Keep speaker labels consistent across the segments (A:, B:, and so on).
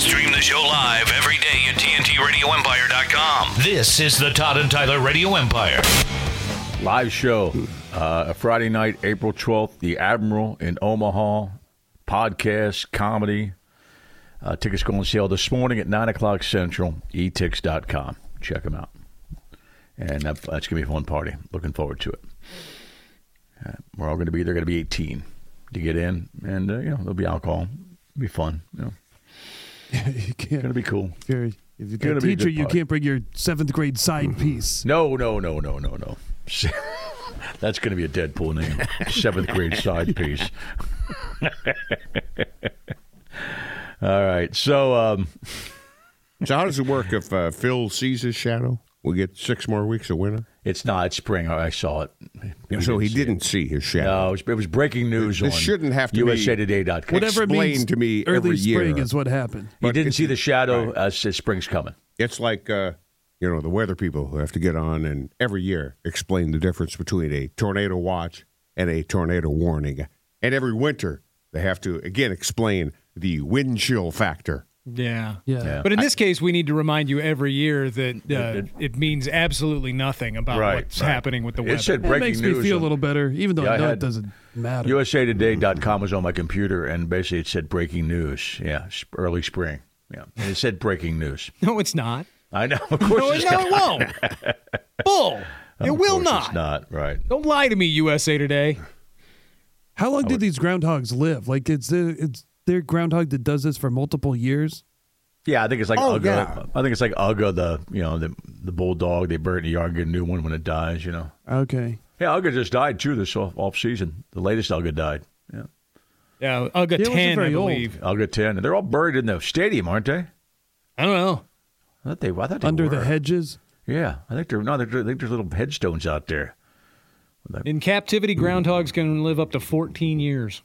A: Stream the show live every day at TNTRadioEmpire.com. This is the Todd and Tyler Radio Empire.
B: Live show, uh, Friday night, April 12th, The Admiral in Omaha, podcast, comedy. Uh, tickets go on sale this morning at 9 o'clock Central, e etix.com. Check them out. And that, that's going to be a fun party. Looking forward to it. Uh, we're all going to be there. Going to be 18 to get in. And, uh, you know, there'll be alcohol. It'll be fun. You know,
C: you can't.
B: going to be cool.
C: If you're, if you're
B: Gonna
C: a
B: be a
C: teacher,
B: good Mm-hmm.
C: you
B: party.
C: can't bring your seventh grade side piece.
B: No, no, no, no, no, no. That's going to be a Deadpool name. Seventh grade side piece. All right. So, um,
D: So how does it work if uh, Phil sees his shadow? We get six more weeks of winter.
B: it's not it's spring. I saw it. We
D: so he
B: see
D: didn't see his
B: It.
D: shadow.
B: No, it was, it was breaking news
D: This
B: on
D: shouldn't have to be-
B: USAtoday.com.
C: Whatever it
D: Explain
C: means,
D: to me
C: early
D: every year.
C: spring is what happened.
B: He didn't see the shadow. Uh, says spring's coming.
D: It's like uh, you know the weather people who have to get on and every year explain the difference between a tornado watch and a tornado warning. And every winter they have to again explain the wind chill factor.
E: Yeah.
C: Yeah.
B: Yeah.
E: But in this case, we need to remind you every year that uh,
B: it-
E: it means absolutely nothing about
B: Right,
E: what's
B: right.
E: happening with the
B: It
E: weather.
B: said
C: That
B: breaking
C: makes
B: news.
C: me feel
B: on-
C: a little better, even though
B: Yeah, I
C: I know
B: had-
C: it doesn't matter.
B: USAtoday.com was on my computer, and basically it said breaking news. Yeah, sp- early spring. Yeah, and it said breaking news.
E: No, it's not.
B: I know. Of course,
E: No,
B: it's
E: no, it won't. Bull. It will
B: Of course
E: not.
B: It's not right.
E: Don't lie to me, USA Today.
C: How long did these groundhogs live? Like, it's there, it's their groundhog that does this for multiple years.
B: Yeah, I think it's like
D: Oh,
B: Ugga.
D: yeah.
B: I think it's like Ugga, the you know the the bulldog. They burn it in the yard, get a new one when it dies. You know.
C: Okay.
B: Yeah, Ugga just died too this off, off season. The latest Ugga died. Yeah,
E: Yeah, Uga
C: wasn't
E: 10, I
C: very old.
E: believe.
B: Ugga ten. They're all buried in the stadium, aren't they?
E: I don't know.
B: I thought they. I thought they
C: Under
B: were.
C: the hedges.
B: Yeah, I think they're no. They're, I think there's little headstones out there.
E: In captivity, groundhogs can live up to 14 years.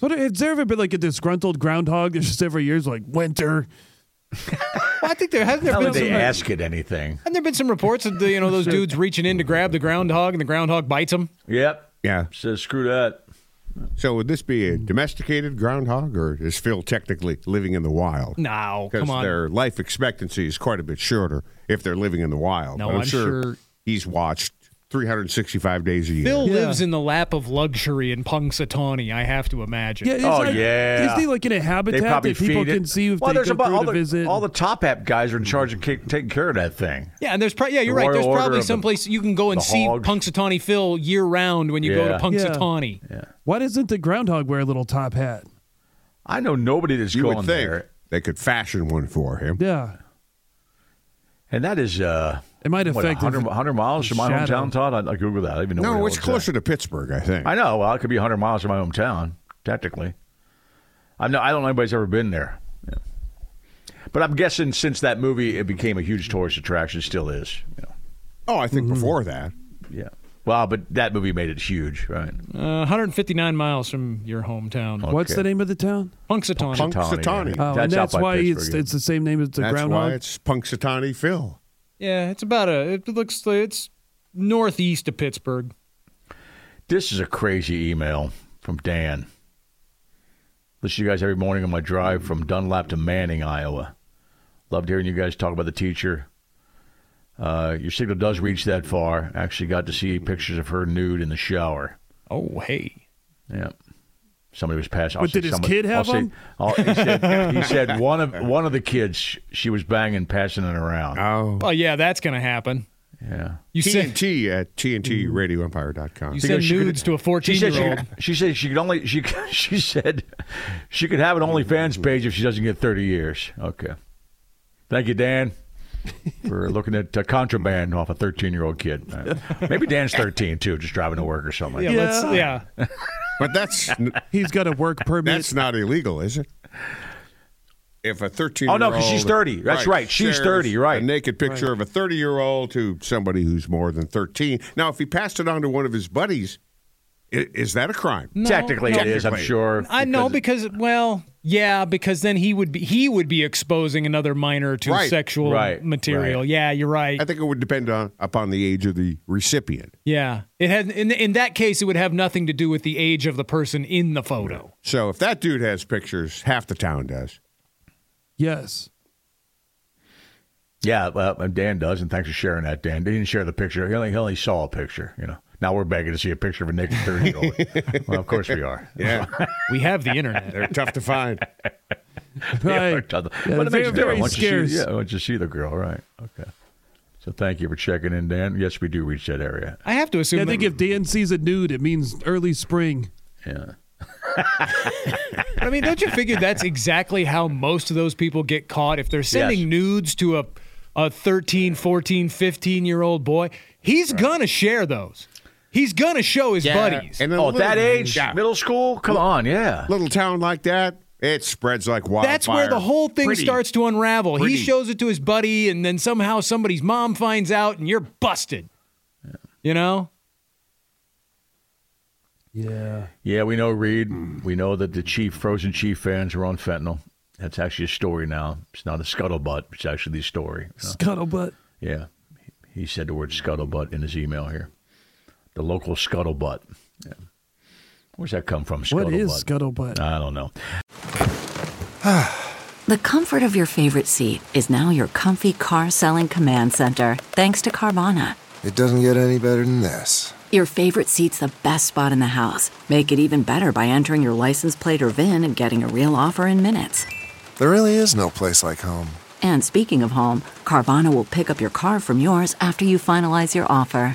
C: So there- has there ever been like a disgruntled groundhog that's just every year's like winter?
E: Well, I think there hasn't there
B: How
E: been
B: would
E: some,
B: they ask it anything?
E: hasn't there been some reports of the, you know those dudes reaching in to grab the groundhog and the groundhog bites them.
B: Yep.
D: Yeah.
B: Says screw that.
D: So would this be a domesticated groundhog, or is Phil technically living in the wild?
E: No,
D: because
E: come on.
D: their life expectancy is quite a bit shorter if they're living in the wild.
E: No,
D: But
E: I'm sure-
D: he's watched 365 days a year.
E: Bill
C: Yeah.
E: lives in the lap of luxury in Punxsutawney. I have to imagine.
C: it's
B: Oh,
C: like-
B: yeah.
C: Is he like in a
B: They
C: habitat
B: probably
C: that people
B: feed it.
C: can see if
B: well,
C: they
B: there's
C: go
B: about
C: through
B: all
C: to
B: the
C: visit?
B: all the top app guys are in charge of ca- taking care of that thing.
E: Yeah, and there's pro- yeah, you're
B: The
E: right. There's
B: Royal Order
E: probably
B: of the-
E: someplace you can go and
B: the
E: see
B: hog.
E: Punxsutawney Phil year round when you go to
B: Yeah.
E: Punxsutawney.
C: Why doesn't the groundhog wear a little top hat?
B: I know nobody that's
D: you
B: going
D: would think
B: there,
D: they could fashion one for him.
C: Yeah.
B: and that is uh,
C: It might
B: what,
C: affect
B: 100,
C: if-
B: 100 miles from my
C: shadow.
B: hometown, Todd. I, I Google that. I don't even know where
D: No,
B: the
D: it's
B: hell
D: closer to Pittsburgh, I
B: At.
D: think.
B: I know. Well, it could be 100 miles from my hometown, technically. I'm not, I don't know anybody's ever been there. Yeah. But I'm guessing since that movie, it became a huge tourist attraction. Still is. You know.
D: oh, I
E: Mm-hmm.
D: think before that.
B: Yeah. Well, but that movie made it huge, right?
E: Uh, 159 miles from your hometown,
C: What's
B: Okay.
C: the name of the town?
E: Punxsutawney.
D: Punk-
B: Tawny,
D: Punxsutawney.
E: Uh,
B: yeah.
C: Oh, and
B: that's out
C: that's
B: by
C: why it's,
B: Pittsburgh, yeah.
C: it's the same name as the
D: That's
C: groundhog.
D: why it's Punxsutawney Phil.
E: yeah, it's about a. It looks like it's northeast of Pittsburgh.
B: This is a crazy email from Dan. Listen to you guys every morning on my drive from Dunlap to Manning, Iowa. Loved hearing you guys talk about the teacher. Uh, your signal does reach that far. Actually, got to see pictures of her nude in the shower.
E: Oh hey,
B: Yeah, somebody was passing.
C: But did his kid have
B: i
C: them?
B: he, said, he said one of one of the kids she was banging, passing it around.
D: Oh.
E: oh yeah, that's gonna happen.
B: Yeah.
E: You send,
D: TNT at TNTRadioEmpire.com.
E: Mm-hmm. you send
B: she could-
E: nudes to a
B: She said she,
E: 14-year-old.
B: could, she said she could only she she said she could have an OnlyFans page if she doesn't get thirty years. Okay, thank you, Dan, for looking at uh, contraband off a thirteen-year-old kid. Uh, Maybe Dan's thirteen too, just driving to work or something.
E: Yeah,
B: Like
E: let's- yeah.
D: But that's n-
C: He's got a work permit.
D: that's not illegal, is it? If a 13
B: Oh, no, 'cause she's 30. That's right. She's 30, you're right.
D: A naked picture of a 30 year old to somebody who's more than 13. Now, if he passed it on to one of his buddies, i- is that a crime?
B: that. Technically,
E: no.
B: it is. I'm
D: Technically.
B: sure.
E: I know because well, yeah, because then he would be he would be exposing another minor to
D: Right.
E: sexual
B: Right.
E: material.
B: Right.
E: Yeah, you're right.
D: I think it would depend on upon the age of the recipient.
E: yeah, it had in in that case it would have nothing to do with the age of the person in the photo.
D: So if that dude has pictures, half the town does.
C: yes.
B: Yeah, well, and Dan does, and thanks for sharing that, Dan. He didn't share the picture. He only, he only saw a picture. You know. Now we're begging to see a picture of a naked thirty-year-old. well, of course we are.
D: Yeah,
E: We have the internet.
D: they're tough to find.
C: Right.
B: But
C: Yeah,
B: it makes a
C: very, very
B: difference once you
C: scarce.
B: see, yeah, once you see the girl, right? Okay. So thank you for checking in, Dan. Yes, we do reach that area.
E: I have to assume.
C: Yeah, I think
E: that-
C: if Dan sees a nude, it means early spring.
B: Yeah.
E: I mean, don't you figure that's exactly how most of those people get caught if they're sending
B: Yes.
E: nudes to a a 13, 14, 15 year old boy? He's gonna share those. He's gonna show his buddies.
D: And in a
B: Oh, at that
D: little-
B: age,
D: yeah,
B: middle school. Come on, yeah.
D: little town like that, it spreads like wildfire.
E: That's where the whole thing
D: Pretty-
E: starts to unravel.
D: pretty-
E: He shows it to his buddy, and then somehow somebody's mom finds out, and you're busted. You know?
C: Yeah.
B: Yeah, we know Reed. We know that the Chief Frozen Chief fans are on fentanyl. That's actually a story now. It's not a scuttlebutt. It's actually a story.
C: Scuttlebutt.
B: Yeah. He, he said the word scuttlebutt in his email here. The local scuttlebutt. Yeah. Where's that come from? Scuttlebutt.
C: What is scuttlebutt?
B: I don't know.
F: The comfort of your favorite seat is now your comfy car selling command center, thanks to Carvana.
G: It doesn't get any better than this.
F: Your favorite seat's the best spot in the house. Make it even better by entering your license plate or VIN and getting a real offer in minutes.
G: There really is no place like home.
F: And speaking of home, Carvana will pick up your car from yours after you finalize your offer.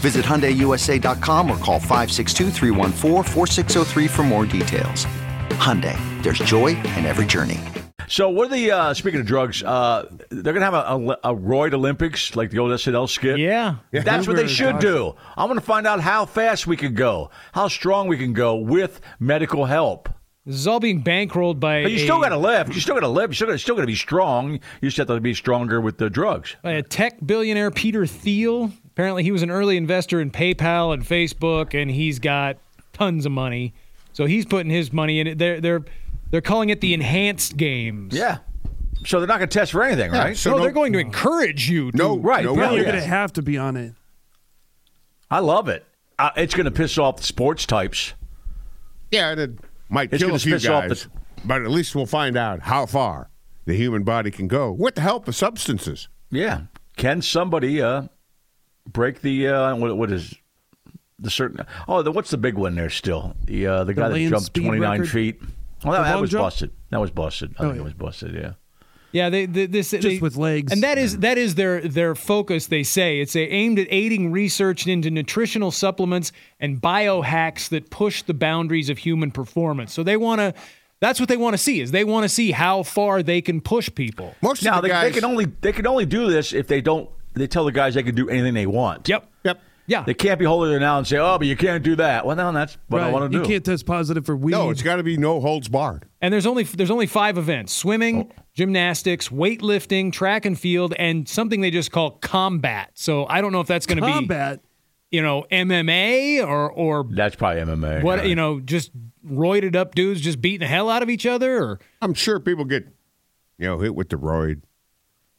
H: Visit HyundaiUSA.com or call 562-314-4603 for more details. Hyundai, there's joy in every journey.
B: So, what are the uh, speaking of drugs? Uh, they're gonna have a, a, a Roid Olympics, like the old SNL skit.
E: Yeah.
B: that's what they should do. I want to find out how fast we can go, how strong we can go with medical help.
E: This is all being bankrolled by
B: But you
E: a,
B: still got to live. You still got to live. You still got still got to be strong. You just have to be stronger with the drugs.
E: by a tech billionaire, Peter Thiel. Apparently, he was an early investor in PayPal and Facebook, and he's got tons of money. So he's putting his money in it. They're they're they're calling it the enhanced games.
B: Yeah. So they're not gonna test for anything, right?
D: so
E: no,
D: no-
E: they're going to encourage you. To,
D: No,
B: Right,
D: No,
B: yeah,
C: Well,
D: way.
C: you're
B: yeah.
C: going to have to be on it.
B: I love it. Uh, it's gonna piss off the sports types.
D: Yeah, and it might
B: It's
D: kill
B: gonna
D: a few
B: piss off
D: guys, but at least we'll find out how far the human body can go with the help of substances.
B: Yeah. Can somebody uh, break the uh, what, what is the certain? Oh, the, what's the big one there still? The uh, the, guy that
C: land
B: jumped
C: speed
B: twenty nine
C: record?
B: feet. Well, that,
C: The
B: that
C: long
B: was
C: jump? Oh,
B: busted. That was busted. I think
C: yeah.
B: it was busted. Yeah.
E: Yeah, they, they this just
C: with legs.
E: and that is that is their their focus. They say it's a, aimed at aiding research into nutritional supplements and biohacks that push the boundaries of human performance. So they want to. That's what they want to see is they want to see how far they can push people.
D: Most
B: Now
D: of the
B: they, they
D: guys
B: can only they can only do this if they don't. They tell the guys they can do anything they want.
E: Yep.
D: Yep.
E: Yeah.
B: They can't be holding it now and say, "Oh, but you can't do that." Well, no, that's what I
C: Right.
B: want to
C: you
B: do.
C: can't test positive for weed.
D: No, it's got to be no holds barred.
E: And there's only there's only five events: swimming,
C: Oh.
E: gymnastics, weightlifting, track and field, and something they just call combat. So I don't know if that's going to be
C: combat.
E: you know MMA or or
B: That's probably MMA.
E: what
B: right?
E: you know just roided up dudes just beating the hell out of each other or
D: I'm sure people get, you know, hit with the roid,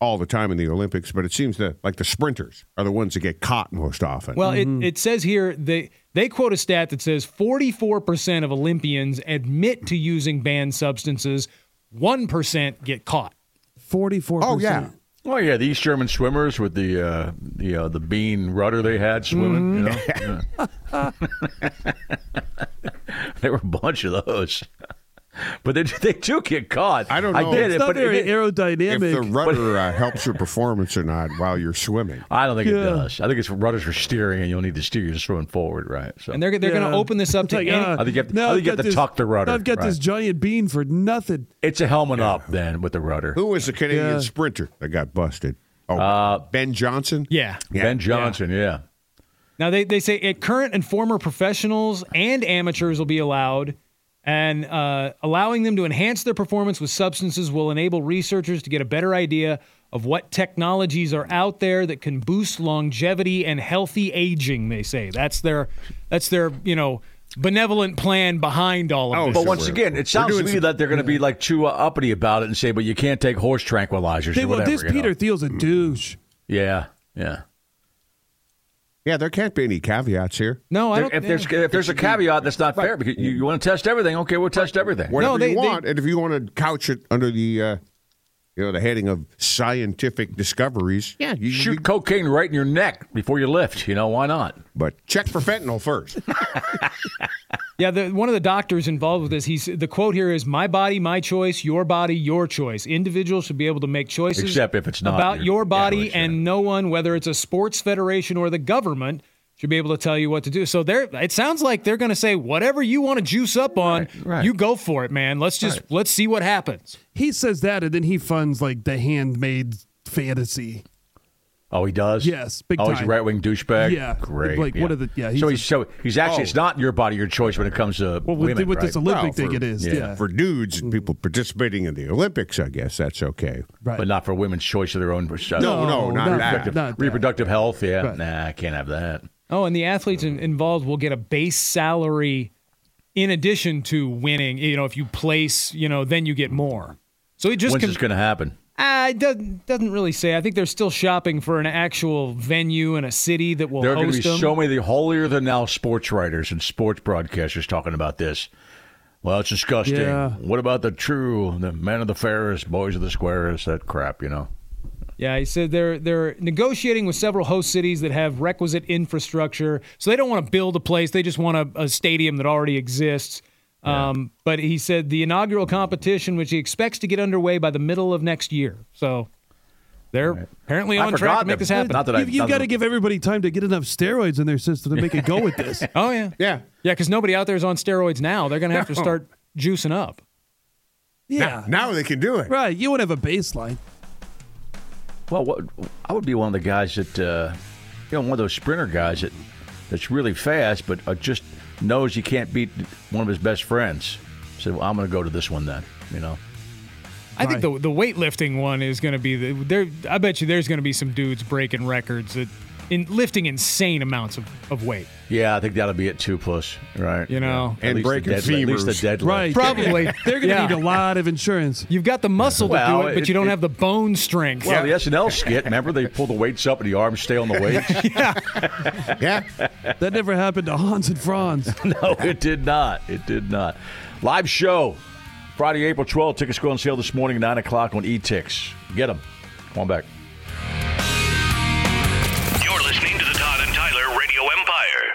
D: all the time in the Olympics, but it seems that like the sprinters are the ones that get caught most often.
E: Well,
C: Mm-hmm.
E: it, it says here they they quote a stat that says 44% of Olympians admit to using banned substances, 1% get caught.
C: 44%.
D: oh yeah,
B: Oh yeah, the East German swimmers with the uh, the uh, the bean rudder they had swimming. You know?
D: Mm-hmm.
B: Yeah. there were a bunch of those, but they they do get caught.
D: I don't know.
B: I did
D: It's
B: it,
C: It's not
B: but it
C: very
B: did-
D: if the
C: aerodynamic.
D: rudder uh, helps your performance or not while you're swimming.
B: I don't think it
C: Yeah.
B: does. I think it's rudders for steering, and you'll need to steer your swimming forward, right? So
E: And they're, they're going to
C: Yeah.
E: open this up
C: It's
E: to
C: like,
E: any-
C: uh,
B: I think you have to-
C: now
B: I think
C: I've
B: you have
C: got
B: to
C: this-
B: tuck the rudder,
C: now I've got this
B: right.
C: giant bean for nothing.
B: it's a helmet up then with the rudder.
D: Who was the Canadian
C: Yeah.
D: sprinter that got busted? Oh, Ben Johnson.
E: yeah.
B: ben Johnson, yeah.
E: Now they, they say it, current and former professionals and amateurs will be allowed, and uh, allowing them to enhance their performance with substances will enable researchers to get a better idea of what technologies are out there that can boost longevity and healthy aging. They say that's their that's their you know benevolent plan behind all of
D: Oh,
E: this.
B: But
D: So
B: once
D: we're-
B: again,
D: we're
B: it sounds to
D: doing
B: me
D: some-
B: that they're going to be like too uh, uppity about it and say, "But you can't take horse tranquilizers."
C: They,
B: or
C: well,
B: whatever,
C: this
B: you know? Mm.
C: Peter Thiel's a douche.
B: Yeah, yeah.
D: Yeah, there can't be any caveats here.
E: no, I
B: There-
E: don't,
B: if there's if there's a caveat, that's not fair because you, you want to test everything. Okay, we'll test everything.
D: Whatever
E: they-
D: you
E: they-
D: want, and if you want to couch it under the, uh, you know, the heading of scientific discoveries, yeah, you,
B: Shoot
D: you-
B: cocaine right in your neck before you lift. You know why not?
D: but check for fentanyl first.
E: Yeah, the, one of the doctors involved with this, he's the quote here is "My body, my choice; your body, your choice." Individuals should be able to make choices,
B: Except if it's not
E: about
B: your-
E: your,
B: yeah,
E: body,
B: that's right.
E: and no one, whether it's a sports federation or the government, should be able to tell you what to do. So there, it sounds like they're going to say whatever you want to juice up on,
B: right.
E: you go for it, man. Let's just let's see what happens.
C: He says that, and then he funds like the handmade fantasy.
B: Oh, he does.
C: Yes, big
B: oh,
C: time.
B: he's a right wing douchebag.
C: Yeah,
B: great.
C: like, what are the- yeah, he's
B: so
C: a- Oh.
B: he's so he's actually it's not your body, your choice when it comes to
C: Well, with,
B: women,
C: with
B: right?
C: this Olympic
D: Well,
C: thing,
D: for-
C: it is.
B: yeah.
C: Yeah,
D: for dudes and people participating in the Olympics, I guess that's okay.
C: right.
B: but not for women's choice of their own. Uh,
D: No, no, not that.
B: reproductive,
C: not that.
B: reproductive health. Yeah,
C: Right.
B: nah, I can't have that.
E: Oh, and the athletes in, involved will get a base salary in addition to winning. You know, if you place, you know, then you get more. So he just
B: When's
E: com-
B: this going to happen?
E: Uh, it doesn't doesn't really say. I think they're still shopping for an actual venue in a city that will
B: There are going to
E: host
B: be
E: them.
B: so many of the holier than now sports writers and sports broadcasters talking about this. Well, it's disgusting.
C: Yeah.
B: What about the true, the men of the fairest, boys of the squarest, that crap, you know?
E: yeah, he said they're they're negotiating with several host cities that have requisite infrastructure, so they don't want to build a place. They just want a, a stadium that already exists. Um, but he said the inaugural competition, which he expects to get underway by the middle of next year, so they're apparently
B: I
E: on track
B: forgot
E: to make
B: that-
E: this happen.
B: not that I-
C: You've, you've
B: nothing-
C: got to give everybody time to get enough steroids in their system to make it go with this.
E: oh yeah,
D: Yeah,
E: yeah, because nobody out there is on steroids now. They're going to have to
D: No.
E: start juicing up.
C: Yeah,
D: now they can do it.
C: right. You would have a baseline.
B: Well, what, I would be one of the guys that, uh, you know, one of those sprinter guys that that's really fast, but uh, just knows he can't beat one of his best friends. So well, I'm going to go to this one then, you know?
E: I think the the weightlifting one is going to be the there. I bet you there's going to be some dudes breaking records that in lifting insane amounts of, of weight.
B: Yeah, I think that'll be it too, plus, right?
E: You know.
B: Yeah. At
D: And
B: least the
D: breaking
B: deadlift- At least the
D: femurs.
B: deadlift.
C: Right.
E: Probably.
C: They're going to
E: Yeah.
C: need a lot of insurance.
E: You've got the muscle
B: Well,
E: to do it, but
B: it-
E: you don't
B: it-
E: have the bone strength.
B: Well, the SNL skit, remember they pull the weights up and the arms stay on the weights?
D: Yeah,
C: That never happened to Hans and Franz.
B: No, it did not. It did not. Live show Friday, April 12th. Tickets go on sale this morning at 9 o'clock on eTix. Get them. Come on back.
A: You're listening to the Todd and Tyler Radio Empire.